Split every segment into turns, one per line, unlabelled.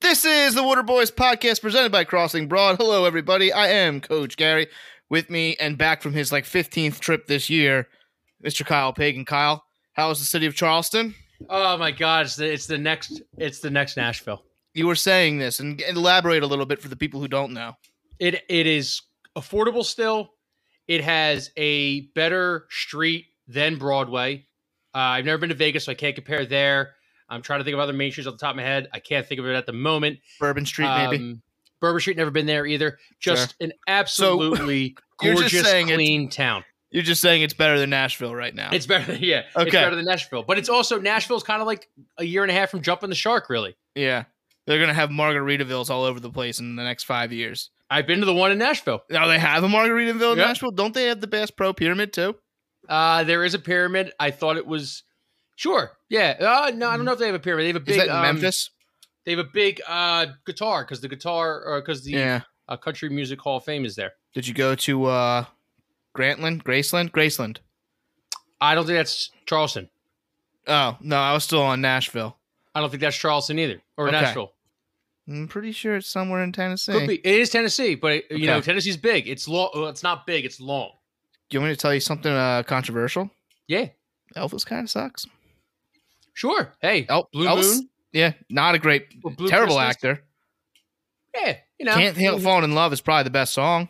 This is the Water Boys podcast presented by Crossing Broad. Hello, everybody. I am Coach Gary. With me and back from his like 15th trip this year, Mr. Kyle Pagan. Kyle, how is the city of Charleston?
Oh my God! It's the, it's the next. It's the next Nashville.
You were saying this and elaborate a little bit for the people who don't know.
It it is affordable still. It has a better street than Broadway. Uh, I've never been to Vegas, so I can't compare there. I'm trying to think of other main streets off the top of my head. I can't think of it at the moment.
Bourbon Street, maybe.
Um, Berber Street, never been there either. Just an absolutely
You're just
gorgeous,
saying it's-
clean town.
You're just saying it's better than Nashville right now.
It's better, than, yeah.
Okay.
It's better than Nashville, but it's also Nashville's kind of like a year and a half from jumping the shark. Really,
yeah. They're going to have Margaritavilles all over the place in the next five years.
I've been to the one in Nashville.
Now they have a Margaritaville in
Yeah.
Nashville. Don't they have the Bass Pro Pyramid too?
Uh, there is a pyramid. I thought it was sure. Yeah. Uh, no, I don't know if they have a pyramid. They have a
Hmm. Is
big
that in
um,
Memphis?
They have a big uh guitar because the guitar or because the
Yeah.
uh, Country Music Hall of Fame is there.
Did you go to uh Grantland? Graceland? Graceland.
I don't think that's Charleston.
Oh, no, I was still on Nashville.
I don't think that's Charleston either or
Okay.
Nashville.
I'm pretty sure it's somewhere in Tennessee.
Could be. It is Tennessee, but it, you know
Okay.
Tennessee's big. It's long. Well, it's not big. It's long.
Do you want me to tell you something uh controversial?
Yeah.
Elvis kind of sucks.
Sure. Hey.
El-
Blue
Elvis-
Moon?
Yeah, not a great
or Blue
Oh, terrible
Christmas?
actor.
Yeah. You know.
Can't help falling in love is probably the best song.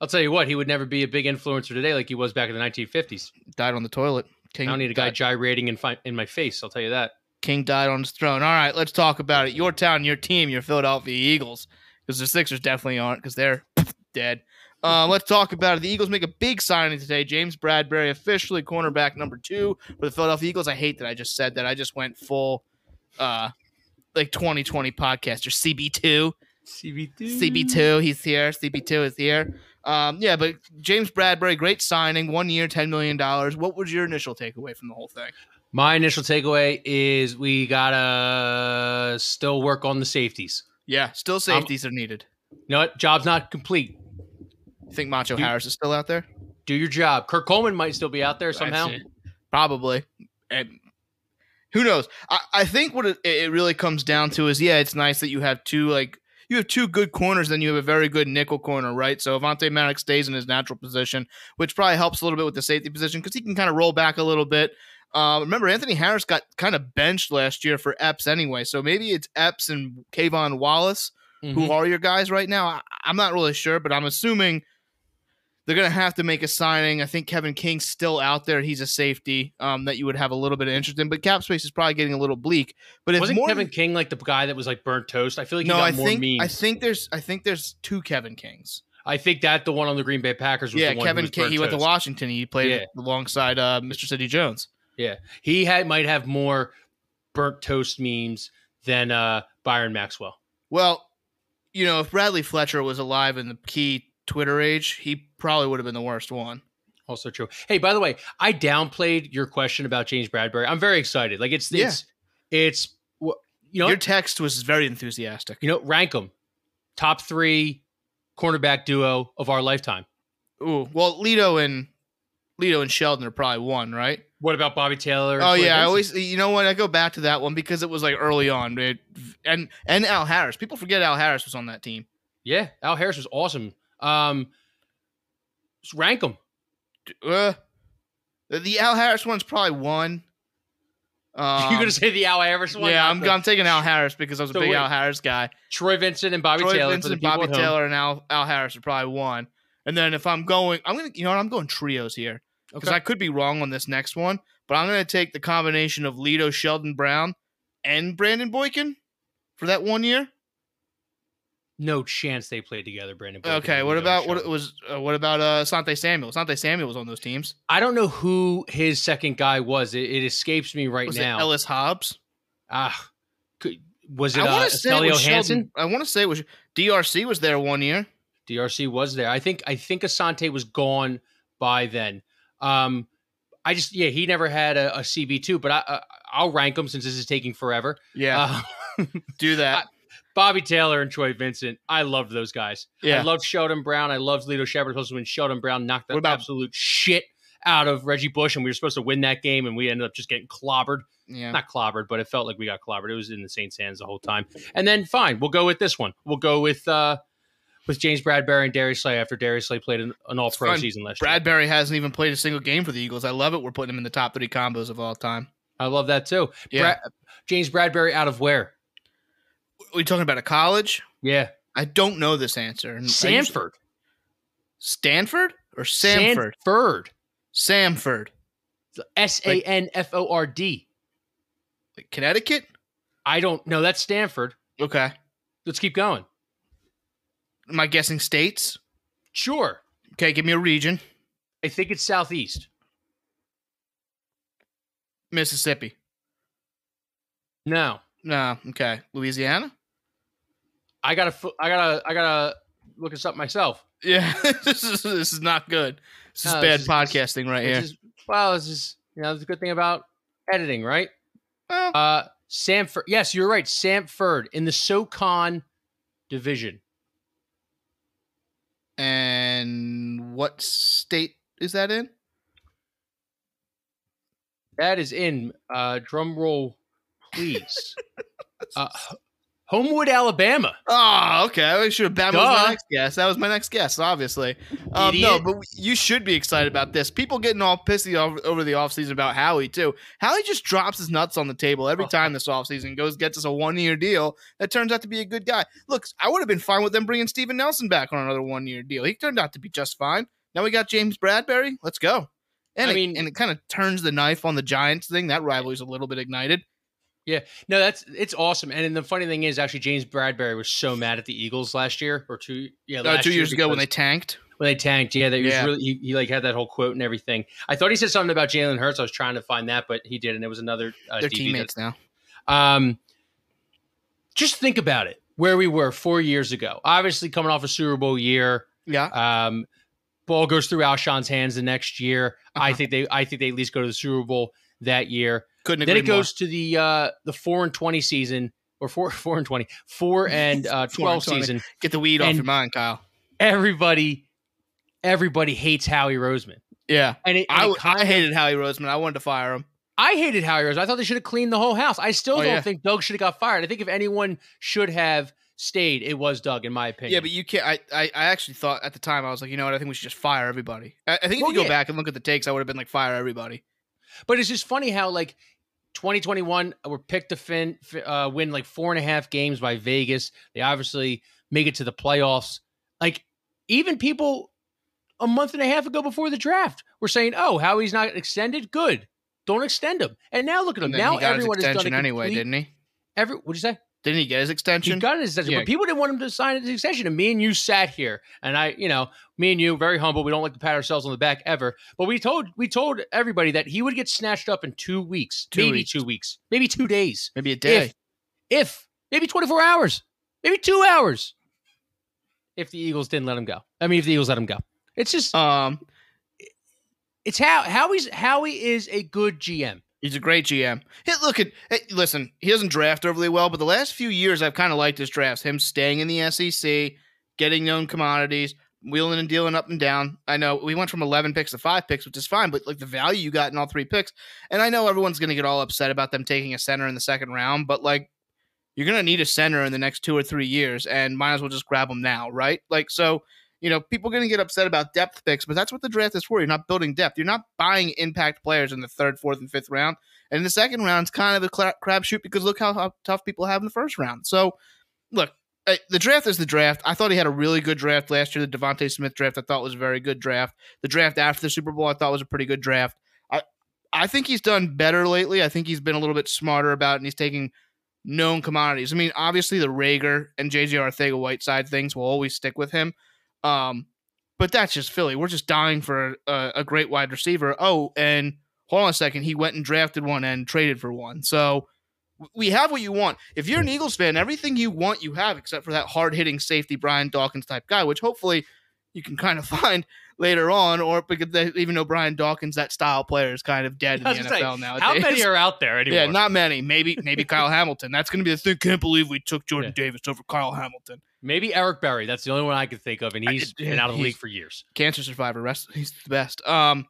I'll tell you what. He would never be a big influencer today like he was back in the 1950s.
Died on the toilet.
I
King
don't need a guy
Died,
gyrating in, fi- in my face. I'll tell you that.
King died on his throne. All right, let's talk about it. Your town, your team, your Philadelphia Eagles, because the Sixers definitely aren't, because they're dead. Uh, let's talk about it. The Eagles make a big signing today. James Bradbury, officially cornerback number two for the Philadelphia Eagles. I hate that I just said that. I just went full, uh, like 2020 podcaster CB2.
CB2.
CB2, he's here. CB2 is here. Um, yeah, but James Bradbury, great signing, one year, $10 million. What was your initial takeaway from the whole thing?
My initial takeaway is we gotta still work on the safeties.
Yeah, still safeties are needed.
You know what? Job's not complete.
You think Macho
You-
Harris is still out there?
Do your job. Kirk Coleman might still be out there somehow.
That's it. Probably. And who knows? I, I think what it, it really comes down to is yeah, it's nice that you have two like you have two good corners, then you have a very good nickel corner, right? So Avante Maddox stays in his natural position, which probably helps a little bit with the safety position because he can kind of roll back a little bit. Uh, remember, Anthony Harris got kind of benched last year for Epps anyway, so maybe it's Epps and Kayvon Wallace
Mhm.
who are your guys right now. I, I'm not really sure, but I'm assuming they're going to have to make a signing. I think Kevin King's still out there. He's a safety um, that you would have a little bit of interest in, but cap space is probably getting a little bleak. But if
Wasn't
more
Kevin King like the guy that was like burnt toast? I feel like he
no,
got
I
more
think
memes. I,
I think there's I think there's two Kevin Kings.
think that the one on the Green Bay Packers was
Yeah,
the one
Kevin
who was
King.
burnt
He went to
toast.
Washington. He played
Yeah.
alongside uh, Mr. City Jones.
He had might have more burnt toast memes than uh Byron Maxwell.
Well, you know, if Bradley Fletcher was alive in the key Twitter age, he probably would have been the worst one.
Also true. Hey, by the way, I downplayed your question about James Bradbury. I'm very excited. Like it's
Yeah.
it's it's wh- you know
Your
what?
text was very enthusiastic.
you know, rank them. Top three cornerback duo of our lifetime.
Ooh, well, Lito and Lito and Sheldon are probably one, right?
What about Bobby Taylor? and
Oh
Troy
yeah, I
Vincent?
always you know what I go back to that one because it was like early on, dude. and and Al Harris. People forget Al Harris was on that team.
yeah. Al Harris was awesome. Um, s- rank them.
Uh, the, the Al Harris one's probably one. Um,
You're gonna say the Al Harris one?
yeah,
Not
I'm,
the-
I'm taking Al Harris because I was a
So
big
wait,
Al Harris guy.
Troy Vincent and Bobby
Troy
Taylor. for the
Vincent,
people
Bobby
at home.
Taylor, and Al, Al Harris are probably one. And then if I'm going, I'm gonna you know what I'm going trios here. because
Okay.
I could be wrong on this next one, but I'm going to take the combination of Lito Sheldon Brown and Brandon Boykin for that one year.
no chance they played together, Brandon. Boykin
Okay,
and
what
Leon
about what
Shelton.
was uh, what about uh Sante Samuel? Sante Samuel was on those teams.
I don't know who his second guy was. It, it escapes me right
was
now.
it Ellis Hobbs?
Ah, could- was it
I
uh,
want to say it
Estelio
was
Hansen?
Sheldon. I want to say it was DRC was there one year.
DRC was there. I think I think Asante was gone by then. Um, I just yeah, he never had a, a CB two, but I, I I'll rank them since this is taking forever.
Yeah,
Uh,
do that.
Bobby Taylor and Troy Vincent, I loved those guys.
yeah,
I loved Sheldon Brown. I loved Lito Shepard, especially when Sheldon Brown knocked the
What about-
absolute shit out of Reggie Bush, and we were supposed to win that game, and we ended up just getting clobbered.
Yeah.
Not clobbered, but it felt like we got clobbered. It was in the Saints' hands the whole time. And then fine, we'll go with this one. We'll go with uh with James Bradbury and Darius Slay after Darius Slay played an, an All Pro
fine.
season last year.
Bradbury hasn't even played a single game for the Eagles. I love it. We're putting him in the top three combos of all time.
I love that too.
Yeah.
Brad- James Bradbury out of where?
Are we talking about a college?
Yeah,
Mm, I don't know this answer. And I usually-
Sanford.
Stanford or Samford?
Sanford.
Samford.
S A N F O R D.
Like Connecticut?
I don't know. That's Stanford.
Okay.
Let's keep going.
Am I guessing states?
Sure.
Okay, give me a region.
I think it's Southeast.
Mississippi.
No,
No. Okay. Louisiana?
I gotta, fu- I gotta, I gotta look this up myself.
Yeah. this is this is not good. This is
No,
bad
Oh, this is-
podcasting right
It's
here.
just- well, this is you know the good thing about editing, right?
Well,
Uh, Samford. Yes, you're right. Samford in the SoCon division.
and what state is that in?
That is in. Uh, drum roll, please. uh, Homewood, Alabama.
Oh, okay. I should have that was
Duh.
my next guess. That was my next guess, obviously. Um, no,
Idiot.
but you should be excited about this. People getting all pissy over, over the offseason about Howie, too. Howie just drops his nuts on the table every
Oh.
time this offseason goes, gets us a one year deal that turns out to be a good guy. Look, I would have been fine with them bringing Steven Nelson back on another one year deal. He turned out to be just fine. Now we got James Bradbury. Let's go. And,
I
it,
mean-
and it kind of turns the knife on the Giants thing. That rivalry's a little bit ignited.
No, that's it's awesome. And then the funny thing is, actually, James Bradbury was so mad at the Eagles last year or two, yeah,
Uh,
last
two
year
years ago when
because-
they tanked.
when they tanked. Yeah, that he was
Yeah.
really he, he like had that whole quote and everything. I thought he said something about Jalen Hurts. I was trying to find that, but he did, and it was another uh,
They're
DB that-
teammates now.
um, just think about it, where we were four years ago. Obviously, coming off a Super Bowl year,
Yeah.
um, ball goes through Alshon's hands the next year. I
Uh-huh.
think they I think they at least go to the Super Bowl that year.
Couldn't agree
Then it
more.
goes to the uh the four and twenty season or four four and twenty four and uh,
Four and
twelve
20.
season.
Get the weed off
And-
your mind, Kyle.
Everybody, everybody hates Howie Roseman.
Yeah.
And it,
I,
and it
w- I hated Howie Roseman. I wanted to fire him.
I hated Howie Roseman. I thought they should have cleaned the whole house. I still
Oh,
don't
yeah.
think Doug should have got fired. I think if anyone should have stayed, it was Doug, in my opinion.
Yeah, but you can't. I, I, I actually thought at the time, I was like, you know what? I think we should just fire everybody. I, I think if
Well,
you go
yeah.
back and look at the takes, I would have been like, fire everybody.
But it's just funny how like 2021 were picked to fin- fi- uh, win like four and a half games by Vegas. They obviously make it to the playoffs. Like even people a month and a half ago before the draft were saying, "Oh, how he's not extended? Good, don't extend him." And now look at him.
And then
Now
he got his
everyone has
extension
done a
anyway,
complete-
didn't he?
Every what'd you say?
Didn't he get his
He
extension?
got an extension,
Yeah.
but people didn't want him to sign his extension. And me and you sat here, and I, you know, me and you, very humble. We don't like to pat ourselves on the back ever, but we told we told everybody that he would get snatched up in two weeks,
Two
maybe
weeks.
two weeks, maybe two days,
Maybe a day.
if if maybe twenty four hours, maybe two hours, if the Eagles didn't let him go. I mean, if the Eagles let him go, it's just
um,
it's how Howie's Howie is a good GM.
He's a great GM. Hey, look at hey, listen. He doesn't draft overly well, but the last few years I've kind of liked his drafts. Him staying in the SEC, getting known commodities, wheeling and dealing up and down. I know we went from eleven picks to five picks, which is fine, but like the value you got in all three picks. And I know everyone's going to get all upset about them taking a center in the second round, but like you're going to need a center in the next two or three years, and might as well just grab them now, right? Like so. You know, people are going to get upset about depth picks, but that's what the draft is for. You're not building depth. You're not buying impact players in the third, fourth, and fifth round. And in the second round, it's kind of a cla crapshoot because look how, how tough people have in the first round. So, look, uh, the draft is the draft. I thought he had a really good draft last year. The Devontae Smith draft, I thought was a very good draft. The draft after the Super Bowl, I thought was a pretty good draft. I, I think he's done better lately. I think he's been a little bit smarter about it, and he's taking known commodities. I mean, obviously the Rager and JJ Arthega Whiteside things will always stick with him. Um, but that's just Philly. We're just dying for a, a great wide receiver. Oh, and hold on a second. He went and drafted one and traded for one. So w- we have what you want. If you're an
Hmm.
Eagles fan, everything you want, you have, except for that hard hitting safety Brian Dawkins type guy, which hopefully you can kind of find later on. Or because they, even though Brian Dawkins, that style player, is kind of dead in the
I was
NFL
gonna say,
nowadays.
How many are out there anymore?
Yeah, not many. Maybe maybe Kyle Hamilton. That's going to be the thing. Can't believe we took Jordan Davis over Kyle Hamilton.
maybe Eric Berry. That's the only one I could think of, and he's
I-
been out of the
he's-
league for years.
Cancer survivor. Rest. He's the best. Um,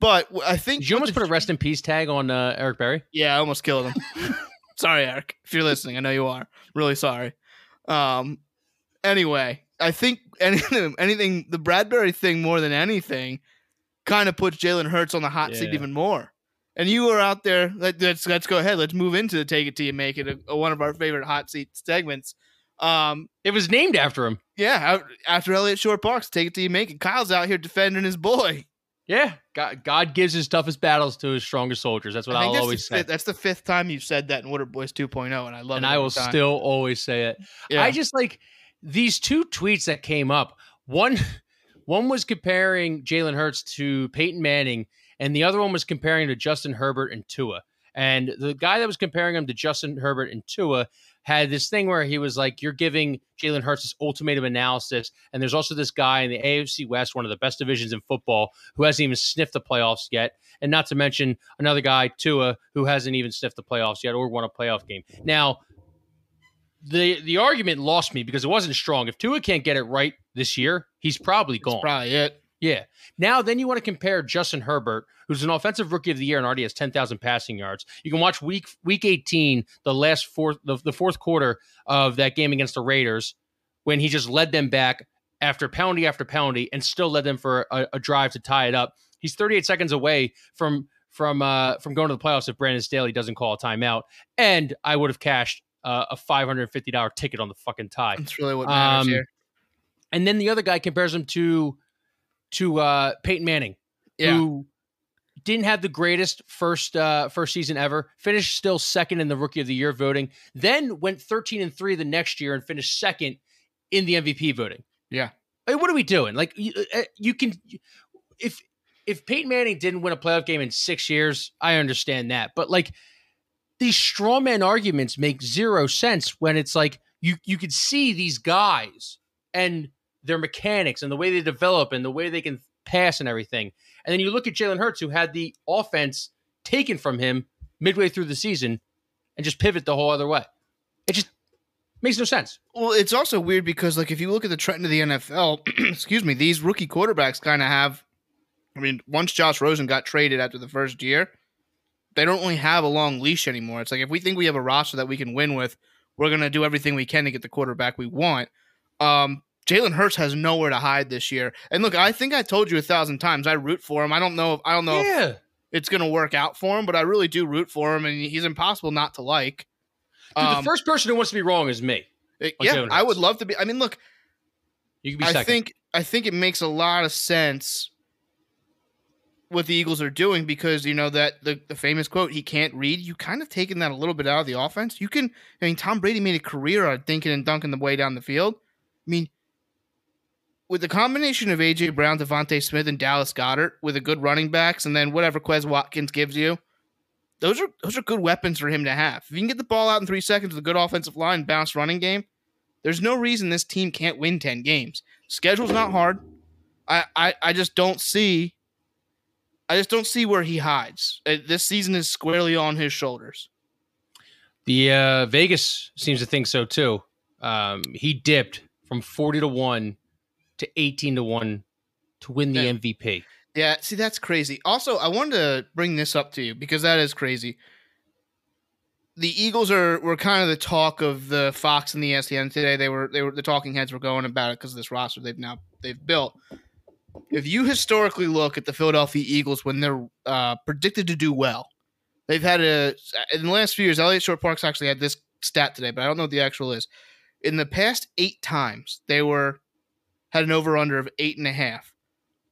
But w- I think
Did you
with
almost
the-
put a rest in peace tag on uh, Eric Berry?
Yeah, I almost killed him. sorry, Eric, if you're listening, I know you are. Really sorry. Um, anyway, I think anything, anything, the Bradbury thing more than anything, kind of puts Jalen Hurts on the hot seat
Yeah.
even more. And you are out there. Let, let's let's go ahead. Let's move into the take it to you make it a, a- one of our favorite hot seat segments. Um,
It was named after him.
yeah, a- after Elliot Short Parks, take it to you make it. Kyle's out here defending his boy.
Yeah, God, God gives his toughest battles to his strongest soldiers. That's what
I think
I'll
that's
always
the,
say,
fifth- that's the fifth time you've said that in Water Boys 2.0, and I love it.
and I
every
will
time.
still always say it.
Yeah.
I just like these two tweets that came up. One, one was comparing Jalen Hurts to Peyton Manning, and the other one was comparing to Justin Herbert and Tua. And the guy that was comparing him to Justin Herbert and Tua had this thing where he was like, "You're giving Jalen Hurts this ultimatum analysis," and there's also this guy in the AFC West, one of the best divisions in football, who hasn't even sniffed the playoffs yet, and not to mention another guy, Tua, who hasn't even sniffed the playoffs yet or won a playoff game. Now, the the argument lost me because it wasn't strong. If Tua can't get it right this year, he's probably
That's
gone.
probably it.
yeah. Now then you want to compare Justin Herbert, who's an offensive rookie of the year and already has 10,000 passing yards. You can watch week week 18, the last fourth the, the fourth quarter of that game against the Raiders when he just led them back after penalty after penalty and still led them for a, a drive to tie it up. He's 38 seconds away from from uh, from going to the playoffs if Brandon Staley doesn't call a timeout, and I would have cashed uh, a $550 ticket on the fucking tie.
That's really what matters
Um,
here.
And then the other guy compares him to to uh, Peyton Manning,
Yeah,
who didn't have the greatest first uh, first season ever. Finished still second in the rookie of the year voting. Then went thirteen and three the next year and finished second in the MVP voting.
Yeah.
Like, what are we doing? Like you, uh, you can if if Peyton Manning didn't win a playoff game in six years, I understand that. But like these straw man arguments make zero sense when it's like you you could see these guys and their mechanics and the way they develop and the way they can pass and everything. And then you look at Jalen Hurts, who had the offense taken from him midway through the season and just pivot the whole other way. It just makes no sense.
well, it's also weird because like if you look at the trend of the NFL, excuse me, these rookie quarterbacks kind of have. I mean, once Josh Rosen got traded after the first year, they don't really have a long leash anymore. It's like if we think we have a roster that we can win with, we're gonna do everything we can to get the quarterback we want. Um, Jalen Hurts has nowhere to hide this year. And look, I think I told you a thousand times I root for him. I don't know if I don't know if
Yeah.
it's gonna work out for him, but I really do root for him, and he's impossible not to like.
Dude,
Um,
the first person who wants to be wrong is me.
Uh,
on
yeah,
Jalen
I would
Hurts.
love to be. I mean, look,
You can be second.
I think I think it makes a lot of sense what the Eagles are doing because you know that the, the famous quote, "He can't read." You kind of taken that a little bit out of the offense. You can. I mean, Tom Brady made a career on thinking and dunking the way down the field. I mean, with the combination of AJ Brown, Devontae Smith, and Dallas Goddard, with the good running backs, and then whatever Quez Watkins gives you, those are those are good weapons for him to have. If you can get the ball out in three seconds with a good offensive line, bounce running game, there's no reason this team can't win ten games. Schedule's not hard. I I, I just don't see. I just don't see where he hides. Uh, This season is squarely on his shoulders.
the uh, Vegas seems to think so too. Um, he dipped from 40 to 1 to 18 to 1 to win the
Yeah.
MVP.
Yeah, see, that's crazy. Also, I wanted to bring this up to you because that is crazy. The Eagles are were kind of the talk of the Fox and the E ESPN today. They were they were the talking heads were going about it because of this roster they've now they've built. If you historically look at the Philadelphia Eagles when they're uh, predicted to do well, they've had a in the last few years. Elliot Short Parks actually had this stat today, but I don't know what the actual is. In the past eight times, they were had an over under of eight and a half.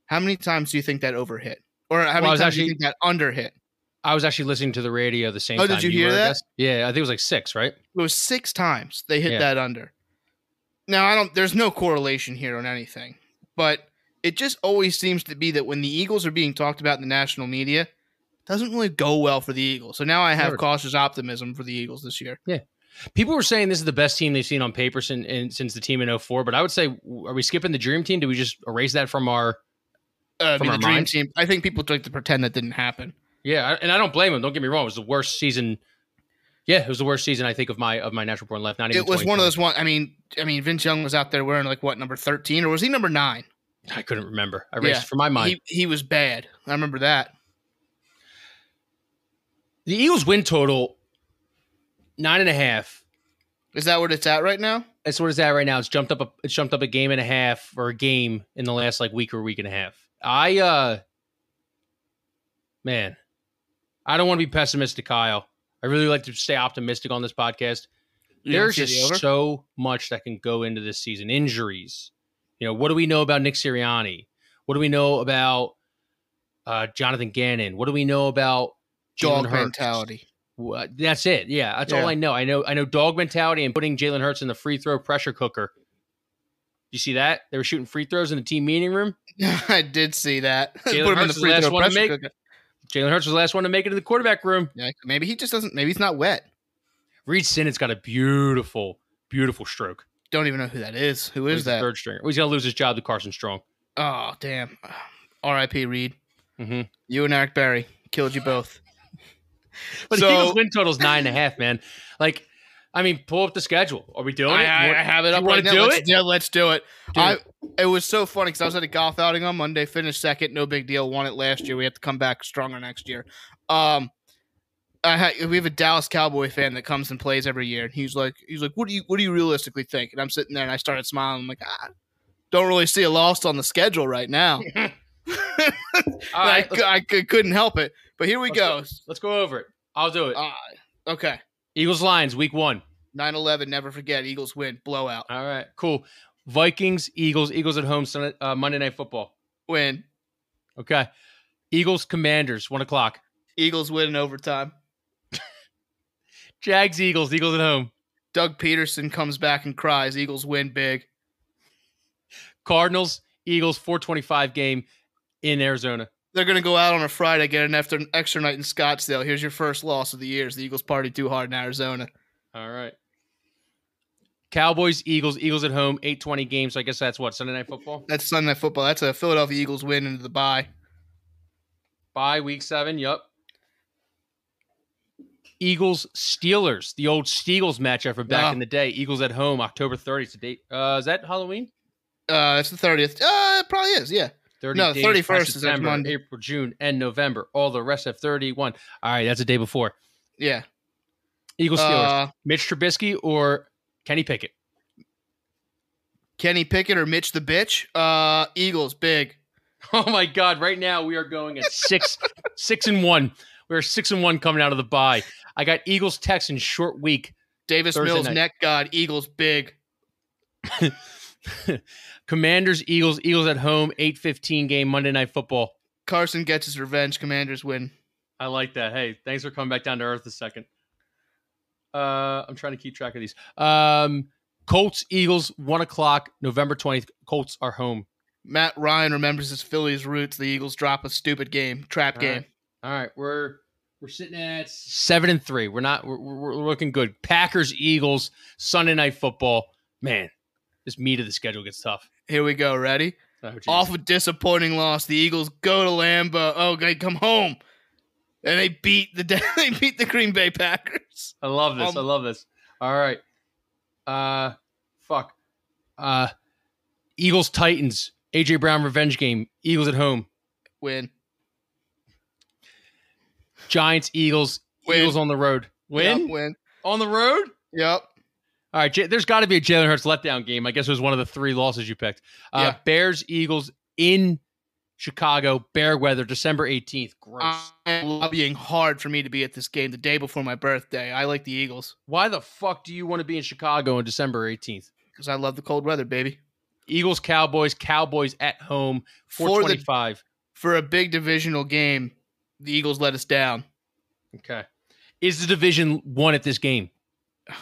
How many times do you think that over hit? Or how
Well, I
many
was
times do
actually-
you think that under hit?
I was actually listening to the radio the same
Oh,
time.
did you hear
were, I
that?
guess. Yeah, I think it was like six, right?
It was six times they hit
Yeah.
that under. Now I don't. There's no correlation here on anything, but it just always seems to be that when the Eagles are being talked about in the national media, it doesn't really go well for the Eagles. So now I have
Never.
cautious optimism for the Eagles this year.
People were saying this is the best team they've seen on paper since, in, since the team in 04, but I would say, w- are we skipping the dream team? Do we just erase that from our.
Uh, I
From
mean,
our
the dream
minds?
team. I think people like to pretend that didn't happen.
Yeah, I- and I don't blame them. Don't get me wrong. It was the worst season. Yeah, it was the worst season I think of my of my natural born life. Not even
It was one of
2020.
those one. I mean, I mean, Vince Young was out there wearing like what number thirteen, or was he number nine?
I couldn't remember. I raced
Yeah.
it from my mind.
He he was bad. I remember that.
the Eagles win total nine and a half.
Is that what it's at right now?
That's what it's at right now. It's jumped up. A, it's jumped up a game and a half or a game in the last like week or week and a half. I uh, man, I don't want to be pessimistic, Kyle. I really like to stay optimistic on this podcast.
You don't
There's
see the
just
over?
so much that can go into this season. Injuries. You know, what do we know about Nick Sirianni? What do we know about uh, Jonathan Gannon? What do we know about Jalen
dog
Hurts?
mentality.
What? That's it. Yeah, that's all
Yeah.
I know. I know. I know dog mentality and putting Jalen Hurts in the free throw pressure cooker. You see that they were shooting free throws in the team meeting room.
I did see that. Put
Jalen
him in the
Hurts is the
free
last
throw
one to
pressure
make-
cooker.
Jalen Hurts was the last one to make it in the quarterback room.
Yeah, maybe he just doesn't. Maybe he's not wet.
Reed Sinnett's got a beautiful, beautiful stroke.
Don't even know who that is. Who is
He's the
that?
third stringer? He's gonna lose his job to Carson Strong.
Oh damn. R.I.P. Reed. Mm-hmm.
hmm
You and Eric Berry killed you both.
But
So-
the Eagles win total's nine and a half. Man, like, I mean, pull up the schedule. Are we doing
I,
it?
I-
What-
I have it
you
up
wanna
right now.
do
let's,
it?
Yeah, let's do it.
Do
I it was so funny because I was at a golf outing on Monday, finished second, no big deal. Won it last year. We have to come back stronger next year. Um, I ha- we have a Dallas Cowboy fan that comes and plays every year, and he's like, he's like, what do you what do you realistically think? And I'm sitting there and I started smiling. I'm like, ah, don't really see a loss on the schedule right now.
all right,
I,
let's,
cou- I cou- couldn't help it. But here we
Let's
go.
let's go over it. I'll do it.
Uh, Okay.
Eagles Lions week one.
9 11, never forget. Eagles win. Blowout.
All right, cool. Vikings, Eagles, Eagles at home, Sunday, uh, Monday Night Football.
Win.
Okay. Eagles, Commanders, one o'clock.
Eagles win in overtime.
Jags, Eagles, Eagles at home.
Doug Peterson comes back and cries. Eagles win big.
Cardinals, Eagles, 425 game in Arizona.
They're going to go out on a Friday, get an after, extra night in Scottsdale. Here's your first loss of the year. is The Eagles party too hard in Arizona.
All right. Cowboys, Eagles, Eagles at home, 820 game. So I guess that's what, Sunday Night Football?
That's Sunday Night Football. That's a Philadelphia Eagles win into the bye.
Bye, week seven. Yup. Eagles, Steelers, the old Steagles matchup from back
Yeah.
in the day. Eagles at home, October 30th. To date. Uh, is that Halloween?
Uh, it's the 30th. Uh, it probably is, yeah.
30
No,
days
31st
past
is next
September,
Monday.
April, June, and November. All the rest have 31. All right, that's a day before.
Yeah.
Eagles Steelers.
Uh,
Mitch Trubisky or Kenny Pickett?
Kenny Pickett or Mitch the Bitch? Uh, Eagles big.
Oh my God! Right now we are going at six, six and one. We are six and one coming out of the bye. I got Eagles Texans short week.
Davis
Thursday
Mills,
night.
neck god. Eagles big.
Commanders Eagles Eagles at home eight fifteen game Monday Night Football.
Carson gets his revenge. Commanders win.
I like that. Hey, thanks for coming back down to earth a second. Uh, I'm trying to keep track of these. Um, Colts, Eagles, one o'clock, November 20th. Colts are home.
Matt Ryan remembers his Phillies roots. The Eagles drop a stupid game, trap
All right.
game.
All right, we're we're sitting at seven and three. We're not we're, we're we're looking good. Packers, Eagles, Sunday night football. Man, this meat of the schedule gets tough.
Here we go. Ready?
Oh, geez.
Off a disappointing loss, the Eagles go to Lambeau. Oh, they come home, and they beat the they beat the Green Bay Packers.
I love this. I
Um,
love this. All right. Uh fuck. Uh Eagles Titans. AJ Brown revenge game. Eagles at home.
Win.
Giants, Eagles,
Win.
Eagles on the road. Win
Yep, win.
on the road.
Yep.
All right, J- there's got to be a Jalen Hurts letdown game. I guess it was one of the three losses you picked. Uh,
Yeah.
Bears, Eagles in Chicago, bear weather, December 18th. Gross.
Uh, I'm lobbying hard for me to be at this game the day before my birthday. I like the Eagles
Why the fuck do you want to be in Chicago on December 18th?
because I love the cold weather, baby.
Eagles, Cowboys, Cowboys at home,
For the
425.
for a big divisional game, the Eagles let us down.
okay. Is the division one at this game?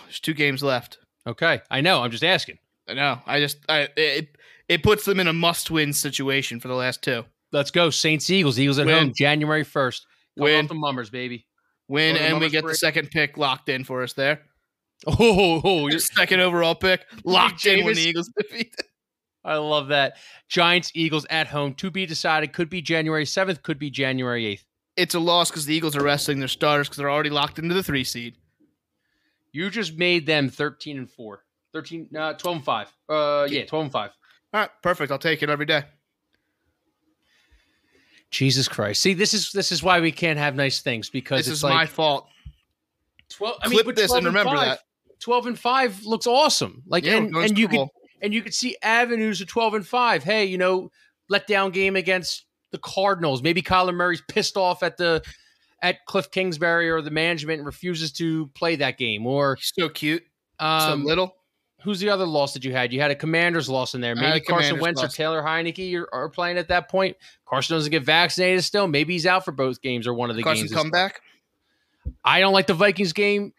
There's two games left.
Okay. I know. I'm just asking.
I know. I just I it it puts them in a must-win situation for the last two.
Let's go. Saints, Eagles, Eagles at
Win.
home, January 1st. Come
Win.
off the mummers, baby.
Win
Go to
and we
Mama's
get the
parade.
second pick locked in for us there.
Oh, oh, oh,
Your
you're-
second overall pick locked in when the
Davis.
Eagles defeat.
I love that. Giants, Eagles at home to be decided. Could be January 7th, could be January 8th.
It's a loss because the Eagles are resting their starters because they're already locked into the three seed.
You just made them 13 and 4. 13, uh, 12 and 5. Uh, yeah, 12 and 5.
All right, perfect. I'll take it every day.
Jesus Christ! See, this is this is why we can't have nice things because
This
it's
is
like
my fault.
twelve.
Clip
but
this and
12
remember
five,
that.
twelve and five looks awesome. Like
Yeah,
and,
we're going
and you
Super
could
Bowl.
and you could see avenues of 12 and 5. Hey, you know, letdown game against the Cardinals. Maybe Kyler Murray's pissed off at the at Cliff Kingsbury or the management and refuses to play that game. Or
He's so cute, so
um,
little.
who's the other loss that you had? You had a Commanders loss in there.
I had
Maybe
a
Carson
Commanders
Wentz
loss.
or Taylor Heineke are, are playing at that point. Carson doesn't get vaccinated still. Maybe he's out for both games or one of the
Carson
games.
comeback.
I don't like the Vikings game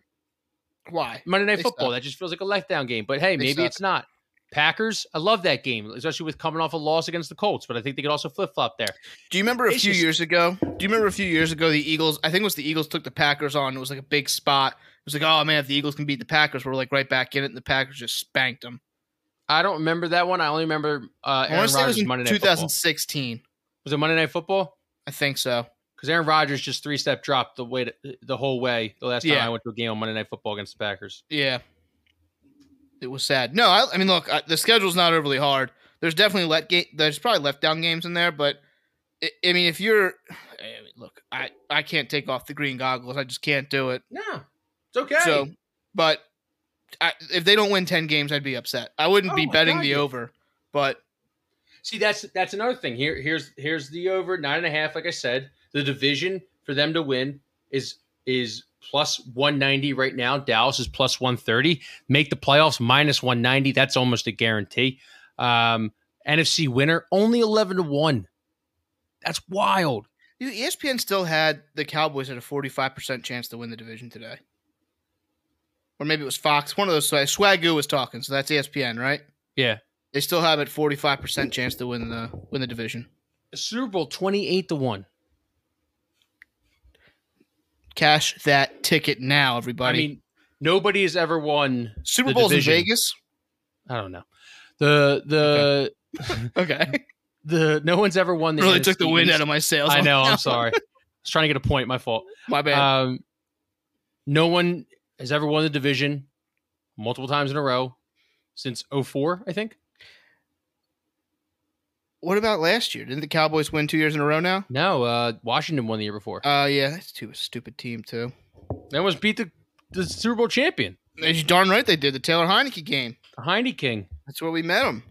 Why?
Monday Night
They
Football.
suck.
That just feels like a letdown game. But hey,
They
maybe
suck.
it's not. Packers, I love that game, especially with coming off a loss against the Colts. But I think they could also flip flop there.
Do you remember a
It's
few
just-
years ago? Do you remember a few years ago the Eagles? I think it was the Eagles took the Packers on. It was like a big spot. It was like, oh man, if the Eagles can beat the Packers, we're like right back in it. And the Packers just spanked them.
I don't remember that one. I only remember
I
uh, Aaron
want to say it was
Rodgers
in
Monday Night Football.
2016.
Was it Monday Night Football?
I think so.
Because Aaron Rodgers just three step dropped the way to, the whole way the last time
Yeah.
I went to a game on Monday Night Football against the Packers.
Yeah, it was sad. No, I, I mean, look, I, the schedule's not overly hard. There's definitely let ga- there's probably left down games in there, but I, I mean, if you're, I mean, look, I I can't take off the green goggles. I just can't do it.
No, it's okay.
So, but I, if they don't win ten games, I'd be upset. I wouldn't
Oh
be
my
betting
God,
the
yeah.
over, but
See, that's that's another thing. Here, here's here's the over nine and a half. Like I said, the division for them to win is is plus one ninety right now. Dallas is plus one thirty. Make the playoffs minus one ninety. That's almost a guarantee. Um, NFC winner only eleven to one. That's wild.
you E know, ESPN still had the Cowboys at a forty five percent chance to win the division today, or maybe it was Fox. One of those Swagoo was talking, so that's E ESPN, right?
Yeah.
They still have it forty five percent chance to win the win the division.
Super Bowl twenty eight to one.
Cash that ticket now, everybody.
I mean, nobody has ever won.
Super
the
Bowl's
division.
in Vegas.
I don't know. The the
Okay,
the no one's ever won the
really took the
NFC
wind
East.
out of my sails.
I
on
know.
that
I'm
one.
sorry. I was trying to get a point. My fault.
My bad.
Um, no one has ever won the division multiple times in a row since 04, I think.
what about last year? Didn't the Cowboys win two years in a row now?
No, uh, Washington won the year before.
Uh, yeah, that's too a stupid team too. Oh.
They almost beat the, the Super Bowl champion,
You're darn right they did the Taylor Heineke game.
the Heine King.
That's where we met him.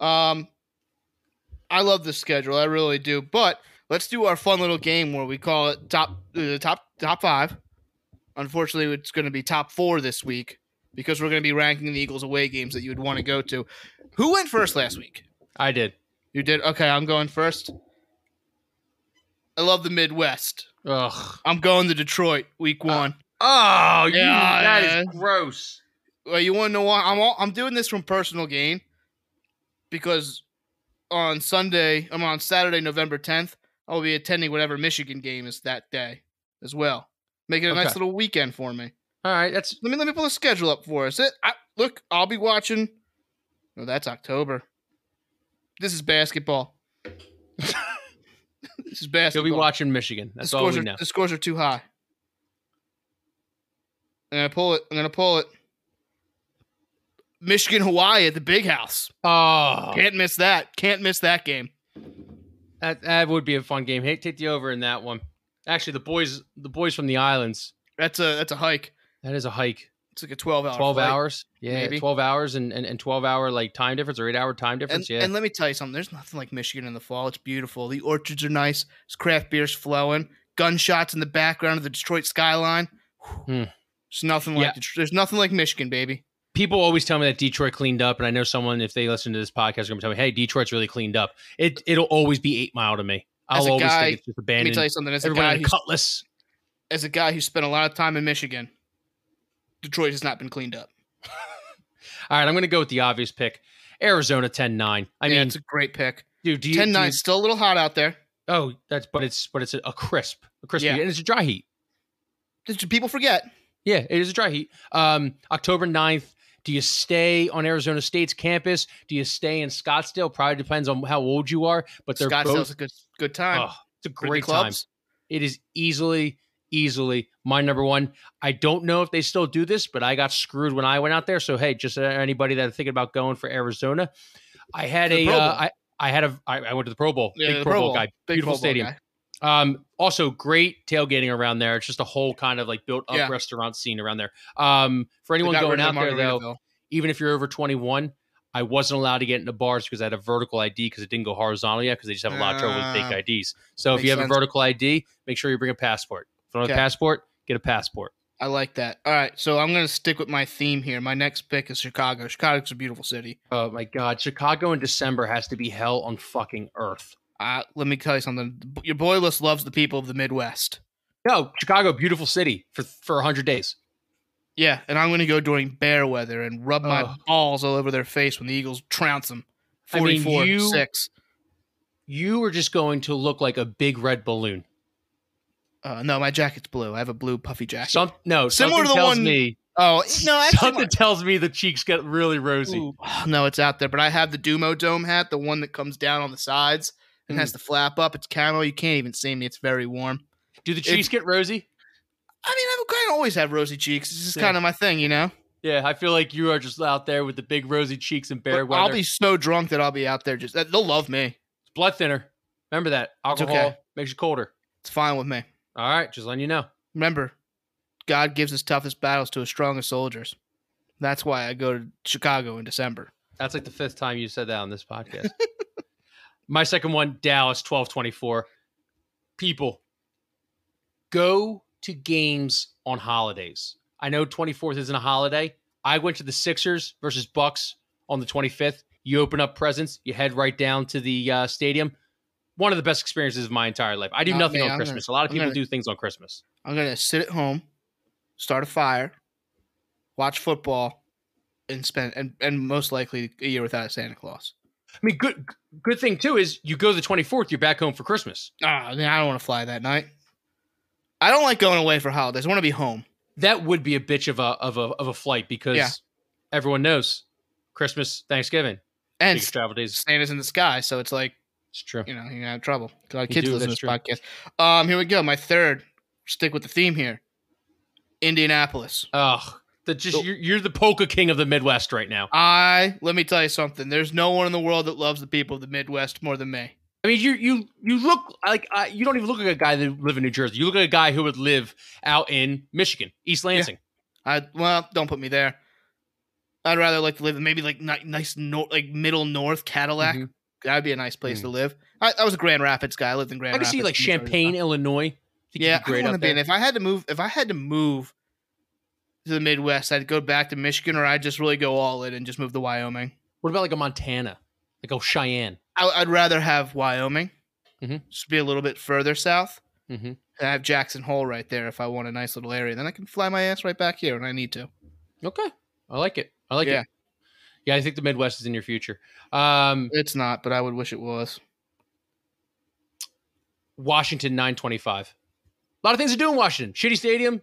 Um, I love this schedule, I really do. But let's do our fun little game where we call it top uh, top top five. Unfortunately, it's going to be top four this week because we're going to be ranking the Eagles away games that you would want to go to. Who went first last week?
I did.
You did. Okay, I'm going first. I love the Midwest.
Ugh.
I'm going to Detroit week one.
Oh,
you- that is
gross.
Well, you want to know why? I'm all, I'm doing this from personal gain because on Sunday, I'm on Saturday, November 10th. I'll be attending whatever Michigan game is that day as well. Make it a nice
Okay.
little weekend for me.
All right, that's
Let me let me pull the schedule up for us. It, I, look, I'll be watching. No, that's October. This is basketball. this is
you'll
basketball.
be watching Michigan.
the
That's all
scores
we
are
know.
the scores are too high. I'm gonna pull it. I'm gonna pull it. Michigan, Hawaii at the Big House.
Oh,
Can't miss that. Can't miss that game.
that, that would be a fun game. Hey, take the over in that one. Actually, the boys, the boys from the islands.
That's a that's a hike.
That is a hike.
It's like a twelve hour.
12
flight.
hours yeah
maybe.
12 hours and, and, and 12 hour like time difference or 8 hour time
And,
difference yeah
and let me tell you something. There's nothing like Michigan in the fall. It's beautiful. The orchards are nice. There's craft beers flowing. Gunshots in the background of the Detroit skyline.
Hmm.
There's nothing like
Yeah.
Det- there's nothing like Michigan, baby.
people always tell me that detroit cleaned up and i know someone if they listen to this podcast is going to tell me hey detroit's really cleaned up it, it'll always be 8 mile to me
As
i'll
a
always
guy-
think it's just
Let me
abandoned
tell you something. As a
everyone
guy
had a
who's
cutlass
as a guy who spent a lot of time in Michigan, Detroit has not been cleaned up.
all right i'm going to go with the obvious pick arizona 10-9 i
I mean,
mean
it's a great pick.
dude do you, do
Ten
you-
nine, still a little hot out there.
oh that's but it's but it's a, a crisp a crisp
Yeah.
and it's a dry heat
Did you- people forget?
Yeah, it is a dry heat. Um, October 9th. Do you stay on Arizona State's campus? Do you stay in Scottsdale? Probably depends on how old you are, but they're
Scottsdale's
both
a good good time.
oh, it's a
for the
great time.
clubs.
It is easily, easily my number one. I don't know if they still do this, but I got screwed when I went out there. So hey, just uh, anybody that's thinking about going for Arizona, I had
For the
a
Pro
uh,
Bowl.
I I had a I, I went to the Pro Bowl.
Yeah,
big
the
Pro,
Pro
Bowl,
Bowl.
guy.
Big
Beautiful
football
stadium.
guy.
Um, also great tailgating around there. It's just a whole kind of like built up
Yeah.
restaurant scene around there. Um, for
They
anyone
got
going
rid of
out there though,
Margaritaville.
even if you're over 21, I wasn't allowed to get into bars because I had a vertical ID because it didn't go horizontal yet because they just have a lot of trouble with
Ah,
fake IDs. So if you have
makes
a
sense.
vertical ID, make sure you bring a passport. If you don't have
Okay.
a passport, get a passport.
I like that. All right, so I'm going to stick with my theme here. My next pick is Chicago. Chicago's a beautiful city.
Oh my God, Chicago in December has to be hell on fucking earth.
Uh, let me tell you something. Your boy list loves the people of the Midwest.
No, Chicago, beautiful city for for 100 days.
Yeah, and I'm going to go during bear weather and rub my
Ugh.
balls all over their face when the Eagles trounce them.
Oh. I mean,
44
you-
6.
You are just going to look like a big red balloon.
Uh, no, my jacket's blue. I have a blue puffy jacket.
Some no,
Similar
similar
to
something
the one-
tells me.
oh, no, actually,
something tells me the cheeks get really rosy.
Ooh, no, it's out there. But I have the Dumo Dome hat, the one that comes down on the sides and
Mm.
has the flap up. It's camo. You can't even see me. It's very warm.
Do the cheeks get rosy?
I mean, I kind of always have rosy cheeks. It's just
Yeah.
kind of my thing, you know.
Yeah, I feel like you are just out there with the big rosy cheeks and bare
But
weather.
I'll be so drunk that I'll be out there. Just they'll love me.
blood thinner. Remember that
okay.
alcohol makes you colder.
It's fine with me.
All right, just letting you know.
Remember, God gives his toughest battles to his strongest soldiers. That's why I go to Chicago in December.
That's like the fifth time you said that on this podcast. My second one, Dallas, twelve twenty four. People, go to games on holidays. I know twenty fourth isn't a holiday. I went to the Sixers versus Bucks on the twenty fifth. You open up presents, you head right down to the uh, stadium. One of the best experiences of my entire life. I do
Not me,
nothing on
I'm gonna-
Christmas. a lot of
I'm
people
gonna-
do things on Christmas.
I'm gonna sit at home, start a fire, watch football, and spend and, and most likely a year without a Santa Claus.
I mean, good good thing too is you go the twenty fourth, you're back home for Christmas.
Ah, I mean, I don't want to fly that night. I don't like going away for holidays. I want to be home.
that would be a bitch of a of a of a flight because
Yeah.
everyone knows Christmas, Thanksgiving,
And
biggest travel days.
Santa's in the sky, so it's like
It's true.
you know, you're gonna have trouble. Got a lot of
You
kids
do,
listening
that's
to this podcast. Um, here we go. My third. Stick with the theme here. Indianapolis.
Ugh, the just you're, you're the polka king of the Midwest right now.
I let me tell you something. There's no one in the world that loves the people of the Midwest more than me.
I mean, you you you look like uh, you don't even look like a guy that live in New Jersey. You look like a guy who would live out in Michigan, East Lansing.
I well, don't put me there. I'd rather like to live in maybe like ni- nice nor- like middle north Cadillac.
Mhm.
That'd be a nice place to live. I, I was a Grand Rapids guy. I lived in Grand.
Mm. I can
Rapids.
see like
the majority of the
Champaign,
time.
Illinois. I think you'd
Yeah,
be
I want
great
to
out
be. And
there.
if I had to move, if I had to move to the Midwest, I'd go back to Michigan, or I'd just really go all in and just move to Wyoming.
What about like a Montana, like a Cheyenne?
I, I'd rather have Wyoming,
Mhm.
just be a little bit further south,
Mhm.
and have Jackson Hole right there if I want a nice little area. Then I can fly my ass right back here when I need to.
Okay, I like it. I like
Yeah.
it. Yeah, I think the Midwest is in your future. Um,
It's not, but I would wish it was.
Washington 925. A lot of things to do in Washington. Shitty stadium.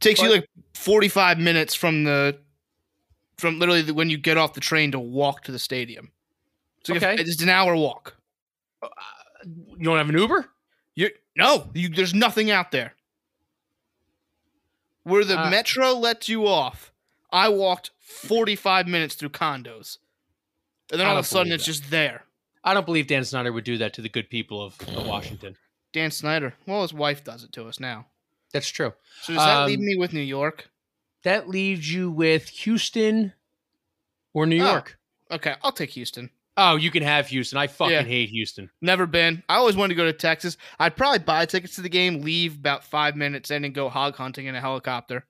takes you
But-
like 45 minutes from the from literally the, when you get off the train to walk to the stadium. It's like a-
Okay.
it's an hour walk.
Uh, You don't have an Uber?
You no, you there's nothing out there. Where the
Uh,
metro lets you off, I walked 45 minutes through condos. And then
I
all
don't
of a sudden
believe
it's
that.
just there.
I don't believe Dan Snyder would do that to the good people of, of Washington.
Dan Snyder. Well, his wife does it to us now.
That's true.
So does that leave
Um,
me with New York?
That leaves you with Houston or New
Oh.
York.
Okay, I'll take Houston.
Oh, you can have Houston. I fucking
Yeah.
hate Houston.
Never been. I always wanted to go to Texas. I'd probably buy tickets to the game, leave about five minutes in, and go hog hunting in a helicopter.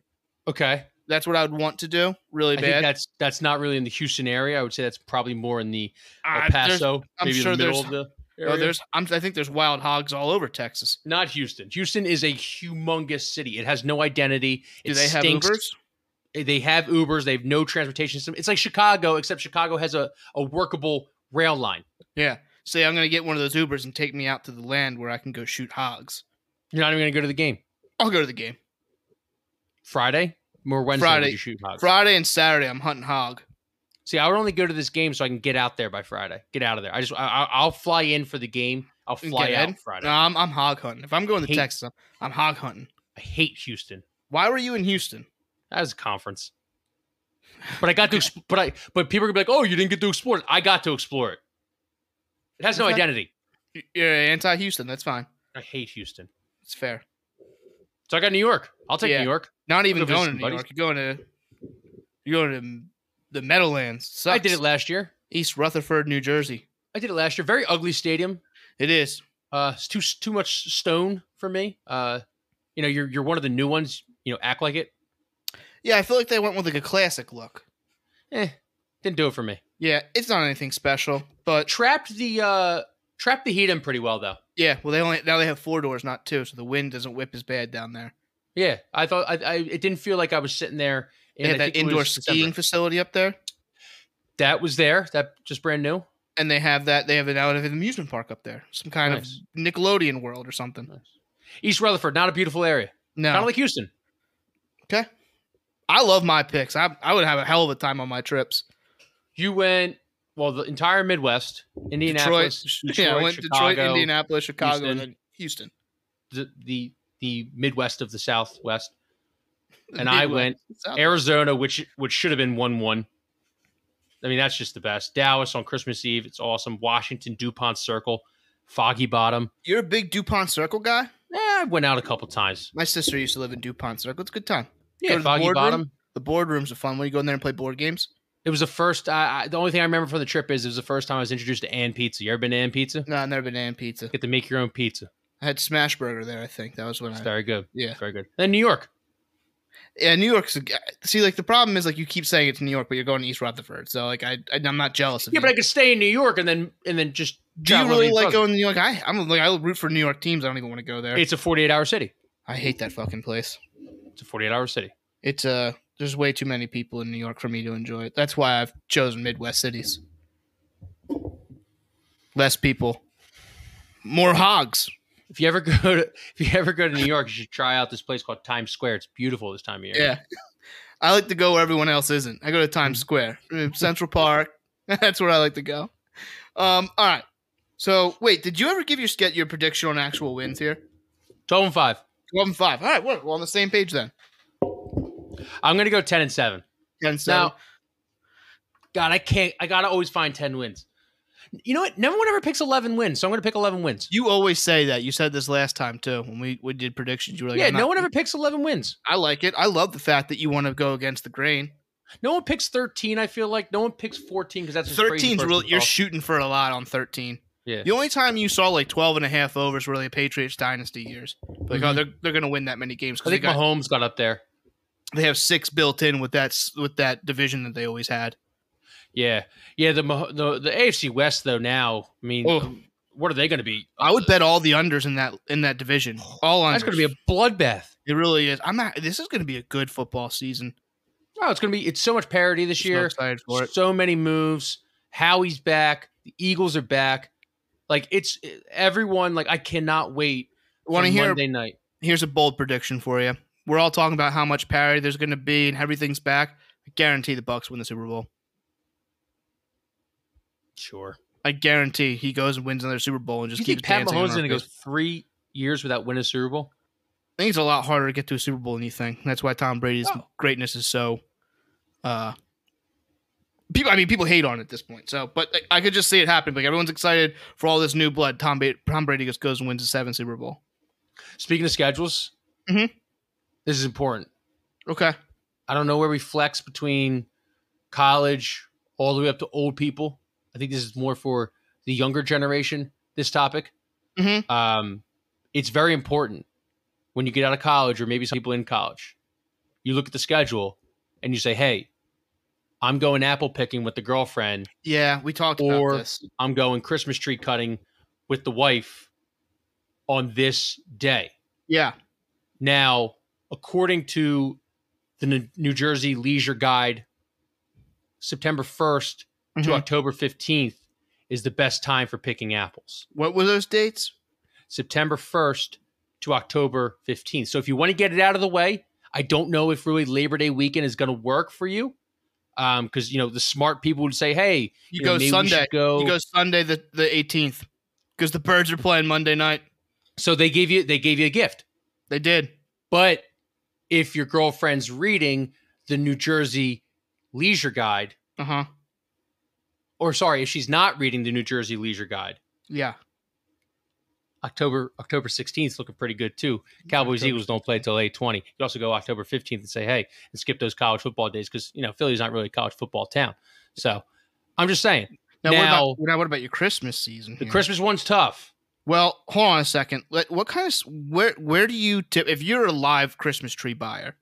Okay.
That's what I would want to do really
I think
bad.
that's that's not really in the Houston area. I would say that's probably more in the El
Ah, there's-
Paso,
I'm
maybe
sure
the middle
there's-
of the area.
oh, there's. I'm, I think there's wild hogs all over Texas.
not Houston. Houston is a humongous city. It has no identity.
Do
It
they have
stinks.
Ubers?
they have Ubers, they have no transportation system. It's like Chicago, except Chicago has a, a workable rail line.
Yeah. Say I'm gonna get one of those Ubers and take me out to the land where I can go shoot hogs.
You're not even going to go to the game.
I'll go to the game
Friday or Wednesday
Friday.
would you shoot hogs?
Friday and Saturday. I'm hunting hog.
See, I would only go to this game so I can get out there by Friday. Get out of there. I just I, I- I'll fly in for the game. I'll
And
fly
get
out
in?
Friday.
No, I'm, I'm hog hunting. If I'm going to
Hate-
Texas, I'm, I'm hog hunting.
I hate Houston.
Why were you in Houston?
That was a conference. But I got to, exp- but I, but people are gonna be like, oh, you didn't get to explore it. I got to explore it. It has no
Okay.
identity.
You're anti Houston. That's fine.
I hate Houston.
It's fair.
So I got New York. I'll take
Yeah.
New York.
Not even
go visit
going to
some
New
buddies.
York. You're going to you're going to the Meadowlands. Sucks.
I did it last year.
East Rutherford, New Jersey.
I did it last year. Very ugly stadium.
It is.
Uh, it's too too much stone for me. Uh, you know, you're you're one of the new ones. You know, act like it.
Yeah, I feel like they went with like a classic look.
Eh, didn't do it for me.
Yeah, it's not anything special, but
Trapped the uh trapped the heat in pretty well though.
yeah. Well, they only now they have four doors, not two, so the wind doesn't whip as bad down there.
Yeah, I thought I, I it didn't feel like I was sitting there.
They
I
have that
think it
indoor
was
skiing
December.
facility up there,
That was there. That just brand new.
and they have that they have an out of an amusement park up there, some kind
Nice.
of Nickelodeon world or something.
East Rutherford, not a beautiful area.
No,
Kind of like Houston.
I love my picks. I I would have a hell of a time on my trips.
You went well the entire Midwest,
Detroit,
Indianapolis, Detroit,
yeah, I went
Chicago,
Detroit, Indianapolis, Chicago, and
Houston.
then Houston.
the, the the Midwest of the Southwest,
The
and I
Midwest.
went
South-
Arizona, which which should have been one one. I mean, that's just the best. Dallas on Christmas Eve, it's awesome. Washington, Dupont Circle, Foggy Bottom.
You're a big Dupont Circle guy.
Eh, I went out a couple times.
My sister used to live in Dupont Circle. It's a good time. Go
Yeah,
to the
Foggy
boardroom?
Bottom.
The boardrooms are fun. When you go in there and play board games.
It was the first. I, I, the only thing I remember from the trip is it was the first time I was introduced to Ann Pizza. You ever been to Ann Pizza?
No, I've never been to Ann Pizza.
Get to make your own pizza.
I had Smash Burger there. I think that was when
It's
I.
very good.
Yeah,
It's very good. Then New York.
yeah. New York's a g- see like the problem is like you keep saying it's New York, but you're going to East Rutherford. So like I, I am not jealous of
Yeah,
you.
but I could stay in New York and then and then just.
do you
travel
really
even
like
further.
going to New York? I I'm like I root for New York teams. I don't even want to go there.
It's a forty-eight hour city.
I hate that fucking place.
It's a forty-eight hour city.
It's uh there's way too many people in New York for me to enjoy it. That's why I've chosen Midwest cities. Less people, more hogs.
If you ever go to if you ever go to New York, you should try out this place called Times Square. It's beautiful this time of year.
Yeah. I like to go where everyone else isn't. I go to Times Square, uh, Central Park. That's where I like to go. Um, all right. So wait, did you ever give your get your prediction on actual wins here?
Twelve and five.
Twelve and five. All right, we're, we're on the same page then.
I'm gonna go ten and seven.
And so
Now, God, I can't. I gotta always find ten wins. You know what? No one ever picks eleven wins, so I'm gonna pick eleven wins.
you always say that. You said this last time too when we, we did predictions. You were like,
yeah,
I'm
no
not-
one ever picks eleven wins.
I like it. I love the fact that you want to go against the grain.
No one picks 13, I feel like. No one picks 14 because that's just crazy
13's
person
really you're
talk.
shooting for a lot on 13.
Yeah.
The only time you saw like 12 and a half overs were really Patriots dynasty years. Like oh
Mhm.
they're they're going to win that many games
I
cuz they
think
got
Mahomes got up there.
they have six built in with that s- with that division that they always had.
Yeah. Yeah, the Mah- the, the AFC West, though, now, I mean,
Oh.
what are they going to be?
I would bet all the unders in that in that division. All unders.
That's going to be a bloodbath.
it really is. I'm not, this is going to be a good football season.
Oh, it's going to be, it's so much parity this
So
year.
excited for it.
So many moves. Howie's back. The Eagles are back. Like, it's everyone, like, I cannot wait.
Want to
for
hear?
Monday night.
Here's a bold prediction for you. We're all talking about how much parity there's going to be and everything's back. I guarantee the Bucks win the Super Bowl.
Sure.
I guarantee he goes and wins another Super Bowl and just
you
keeps
think Pat
dancing. on
Mahomes is
our
going to go
face.
three years without winning a Super Bowl?
I think it's a lot harder to get to a Super Bowl than you think. That's why Tom Brady's
Oh.
greatness is so. Uh, people, I mean, people hate on it at this point. So, but like, I could just see it happening. Like everyone's excited for all this new blood. Tom, ba- Tom Brady just goes and wins the seventh Super Bowl.
Speaking of schedules,
Mhm.
this is important.
Okay,
I don't know where we flex between college all the way up to old people. I think this is more for the younger generation. This topic,
Mhm.
um, it's very important when you get out of college, or maybe some people in college. You look at the schedule and you say, "Hey, I'm going apple picking with the girlfriend.
yeah, we talked
Or-
about this.
I'm going Christmas tree cutting with the wife on this day."
Yeah,
Now, according to the New- New Jersey Leisure Guide, September 1st to
Mhm.
October 15th is the best time for picking apples.
what were those dates?
September 1st to October 15th. So if you want to get it out of the way, I don't know if really Labor Day weekend is going to work for you. Um, because you know the smart people would say, "Hey,
You,
know,
go
maybe we should
Sunday.
go-
You go Sunday the the eighteenth because the Birds are playing Monday night.
So they gave you they gave you a gift.
They did.
But if your girlfriend's reading the New Jersey Leisure Guide,
Uh huh.
or sorry, if she's not reading the New Jersey Leisure Guide,
Yeah.
October October 16th is looking pretty good too. Cowboys
October
Eagles don't play until 8:20. You also go October 15th and say, "Hey, and skip those college football days because you know Philly's not really a college football town." So I'm just saying
Now,
Now-
what about, now what about your Christmas season?
the
here?
Christmas one's tough.
Well, hold on a second. Let, what kind of s- where where do you tip if you're a live Christmas tree buyer?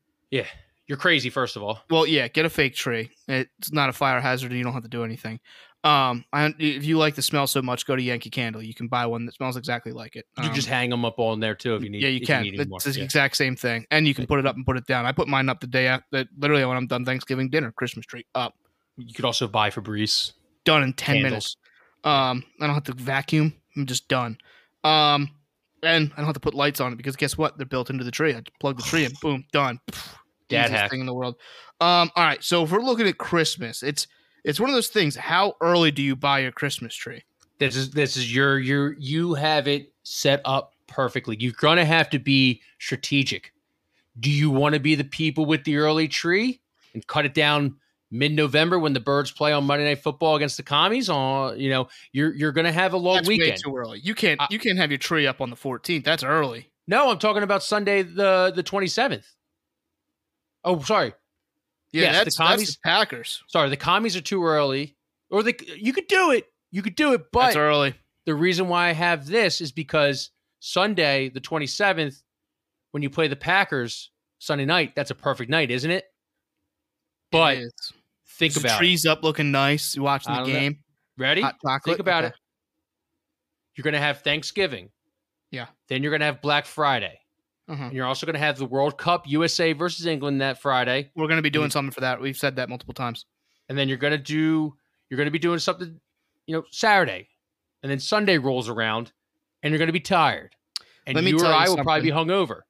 You're crazy, first of all.
Well, yeah, get a fake tree. It's not a fire hazard. and You don't have to do anything. Um, I, if you like the smell so much, go to Yankee Candle. You can buy one that smells exactly like it.
You
Um,
just hang them up on there too if you need.
yeah, you
if
can.
need any more.
It's the
Yeah.
exact same thing, and you can put it up and put it down. I put mine up the day after, literally when I'm done Thanksgiving dinner, Christmas tree up,
You could also buy Febreze
done in ten minutes.
candles.
Um, I don't have to vacuum. I'm just done. Um, and I don't have to put lights on it because guess what? They're built into the tree. I just plug the tree in, boom, done. Pff,
Dad
easiest
hack.
thing in the world. Um, all right. So if we're looking at Christmas, it's it's one of those things. How early do you buy your Christmas tree?
This is this is your your you have it set up perfectly. You're gonna have to be strategic. Do you want to be the people with the early tree and cut it down mid-November when the birds play on Monday Night Football against the commies? On you know you're you're gonna have a long
That's way
weekend. Uh,
too early. You can't
I-
you can't have your tree up on the 14th. That's early.
no, I'm talking about Sunday the the 27th. Oh, sorry,
Yeah,
Yes, the
that's, that's
commies-
the Packers.
sorry. The commies are too early, or the you could do it. You could do it, but
that's early.
the reason why I have this is because Sunday, the 27th, when you play the Packers Sunday night, that's a perfect night, isn't it? But
It is.
think
So
about it.
trees up looking nice. You watching
I
the
don't know.
game?
Ready?
Hot chocolate.
Think about
Okay.
it. You're going to have Thanksgiving.
Yeah.
Then you're going to have Black Friday.
Uh-huh.
And you're also going to have the World Cup USA versus England that Friday.
We're gonna be doing
Mhm.
something for that. We've said that multiple times.
and then you're gonna do you're gonna be doing something you know saturday and then sunday rolls around and you're gonna be tired and
Let me
you or
tell you
i will probably be hungover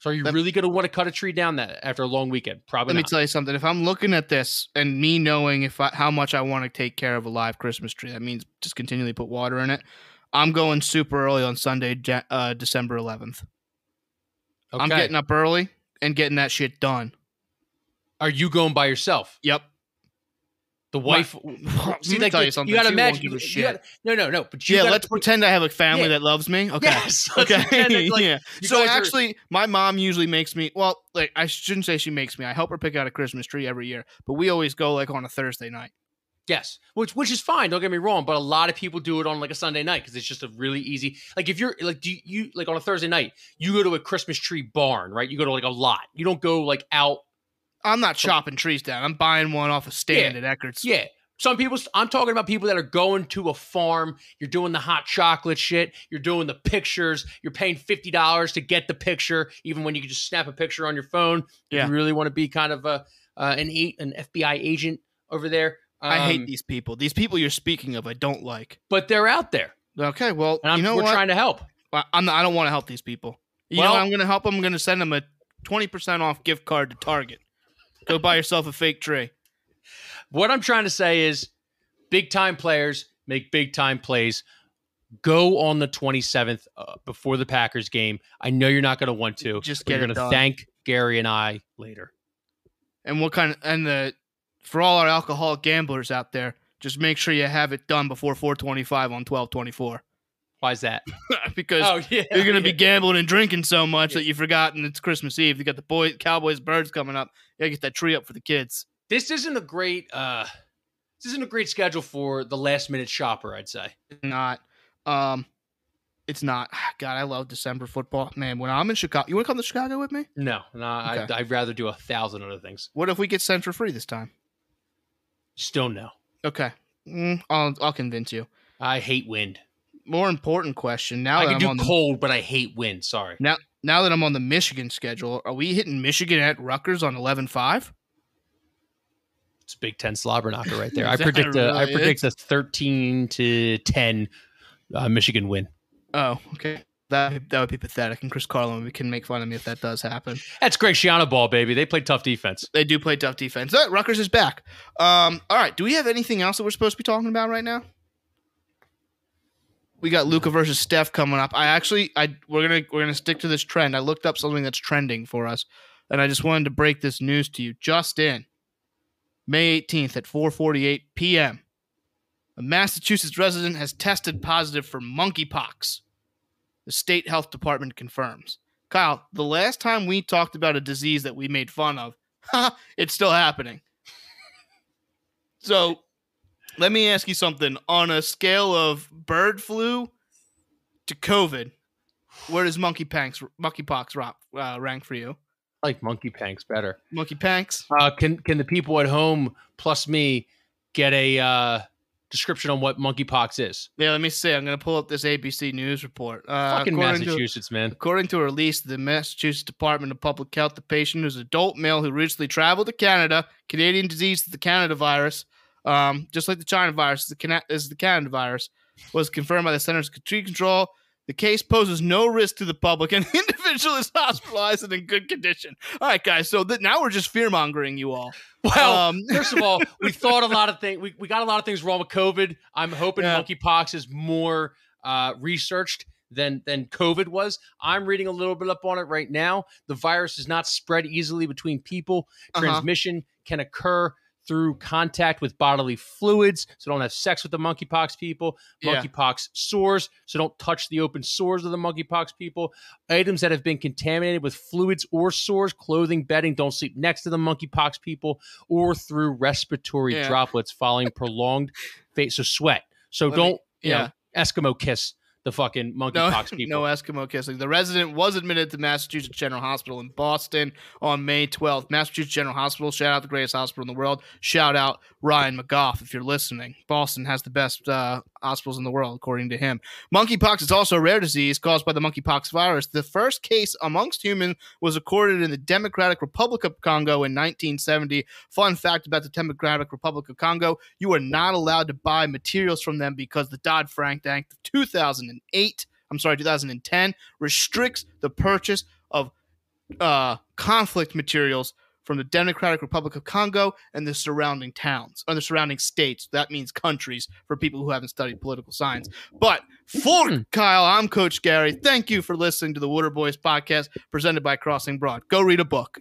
so are you
Let-
really gonna want to cut a tree down that after a long weekend probably
Let me
not.
tell you something. If I'm looking at this and me knowing if I, how much I want to take care of a live Christmas tree, that means just continually put water in it. I'm going super early on Sunday, Ja- uh, December 11th.
okay.
I'm getting up early and getting that shit done.
are you going by yourself
Yep.
the wife
Let
see
me
like
tell
the-
you something.
you gotta
She won't
imagine
give a
you
shit.
gotta- no no no but you
yeah,
gotta
let's
put-
pretend I have a family
Yeah.
that loves me. Okay.
yes, let's
Okay.
pretend that, like,
yeah.
you
So
guys are-
actually, my mom usually makes me. Well, like I shouldn't say she makes me. I help her pick out a Christmas tree every year, but we always go like on a Thursday night.
Yes, which which is fine. Don't get me wrong, but a lot of people do it on like a Sunday night because it's just a really easy. Like if you're like do you, you like on a Thursday night you go to a Christmas tree barn, right? You go to like a lot. You don't go like out.
I'm not chopping trees down. I'm buying one off a stand at Eckerd's.
Yeah, some people. I'm talking about people that are going to a farm. You're doing the hot chocolate shit. You're doing the pictures. You're paying fifty dollars to get the picture, even when you can just snap a picture on your phone. If
Yeah.
you really want to be kind of a uh, an a- an FBI agent over there.
I
um,
hate these people. These people you're speaking of, I don't like.
but they're out there,
Okay, well,
and I'm,
you know
we're
what?
trying to help.
I- I'm not, I don't want to help these people. You know
Well-
what I'm going to help them. I'm going to send them a 20% off gift card to Target. Go buy yourself a fake tree.
What I'm trying to say is big time players make big time plays. Go on the 27th uh, before the Packers game. I know you're not going to want to.
Just
but
get
you're
it
gonna
done.
thank Gary and I later.
And what kind of and the for all our alcoholic gamblers out there, just make sure you have it done before 425 on 1224
Why is that? Oh,
because
yeah.
you're going to be gambling and drinking so much
Yeah.
that you've forgotten it's Christmas Eve. You got the boy Cowboys birds coming up. You got to get that tree up for the kids.
This isn't a great uh this isn't a great schedule for the last minute shopper, I'd say.
not. Um, it's not. God, I love December football, man. When I'm in Chicago, you want to come to Chicago with me?
No, no, I,
Okay.
I'd rather do a thousand other things.
What if we get sent for free this time?
Still no.
Okay, Mm, I'll I'll convince you.
I hate wind.
More important question now
I
that
can
I'm
do
on the,
cold, but I hate wind. Sorry.
now that I'm on the Michigan schedule. Are we hitting Michigan at Rutgers on 11-5?
It's a Big Ten slobber knocker right there. I
That
predict a, I
really
predict a thirteen to ten uh, Michigan win.
Oh, okay. That that would be pathetic, and Chris Carlin can make fun of me if that does happen.
That's Greg Schiano ball, baby. They play tough defense.
They do play tough defense. Uh, Rutgers is back. Um, all right. Do we have anything else that we're supposed to be talking about right now? We got Luca versus Steph coming up. I actually, I we're gonna we're gonna stick to this trend. I looked up something that's trending for us, and I just wanted to break this news to you. Just in, May eighteenth at four forty eight p.m. A Massachusetts resident has tested positive for monkeypox. The state health department confirms. Kyle, the last time we talked about a disease that we made fun of, it's still happening. so let me ask you something. On a scale of bird flu to COVID, where does monkey panks, monkeypox ro- uh, rank for you?
I like monkey panks better.
Monkey panks?
Uh, can can the people at home plus me get a uh, description on what monkeypox is?
Yeah, let me see. I'm going to pull up this ABC News report. Uh,
Fucking
according to-
Massachusetts, man.
According to a release to the Massachusetts Department of Public Health, the patient who's an adult male who recently traveled to Canada, Canadian disease is the Canada virus, um, just like the China virus is the, Cana- is the Canada virus, was confirmed by the Centers for Disease Control. The case poses no risk to the public, and the individual is hospitalized and in good condition. All right, guys. So th- now we're just fear mongering you all.
Well,
um,
first of all, we thought a lot of things. We, we got a lot of things wrong with COVID. I'm hoping
Yeah.
monkeypox is more uh, researched than than COVID was. I'm reading a little bit up on it right now. The virus is not spread easily between people.
Uh-huh.
Transmission can occur through contact with bodily fluids. So don't have sex with the monkeypox people.
Yeah.
Monkeypox sores. So don't touch the open sores of the monkeypox people. Items that have been contaminated with fluids or sores, clothing, bedding, don't sleep next to the monkeypox people or through respiratory
Yeah.
droplets following prolonged face. So sweat. So
Let me-
don't, you
yeah.
know, Eskimo kiss the fucking
No,
monkeypox people.
no Eskimo kissing. The resident was admitted to Massachusetts General Hospital in Boston on May 12th. Massachusetts General Hospital, shout out the greatest hospital in the world. Shout out Ryan McGough if you're listening. Boston has the best uh, hospitals in the world, according to him. Monkeypox is also a rare disease caused by the monkeypox virus. The first case amongst humans was recorded in the Democratic Republic of Congo in 1970. Fun fact about the Democratic Republic of Congo you are not allowed to buy materials from them because the Dodd Frank Act of 2008 I'm sorry, 2010 restricts the purchase of uh, conflict materials from the Democratic Republic of Congo and the surrounding towns or the surrounding states. That means countries for people who haven't studied political science. But for Kyle, I'm Coach Gary. Thank you for listening to the Water Boys podcast presented by Crossing Broad. Go read a book.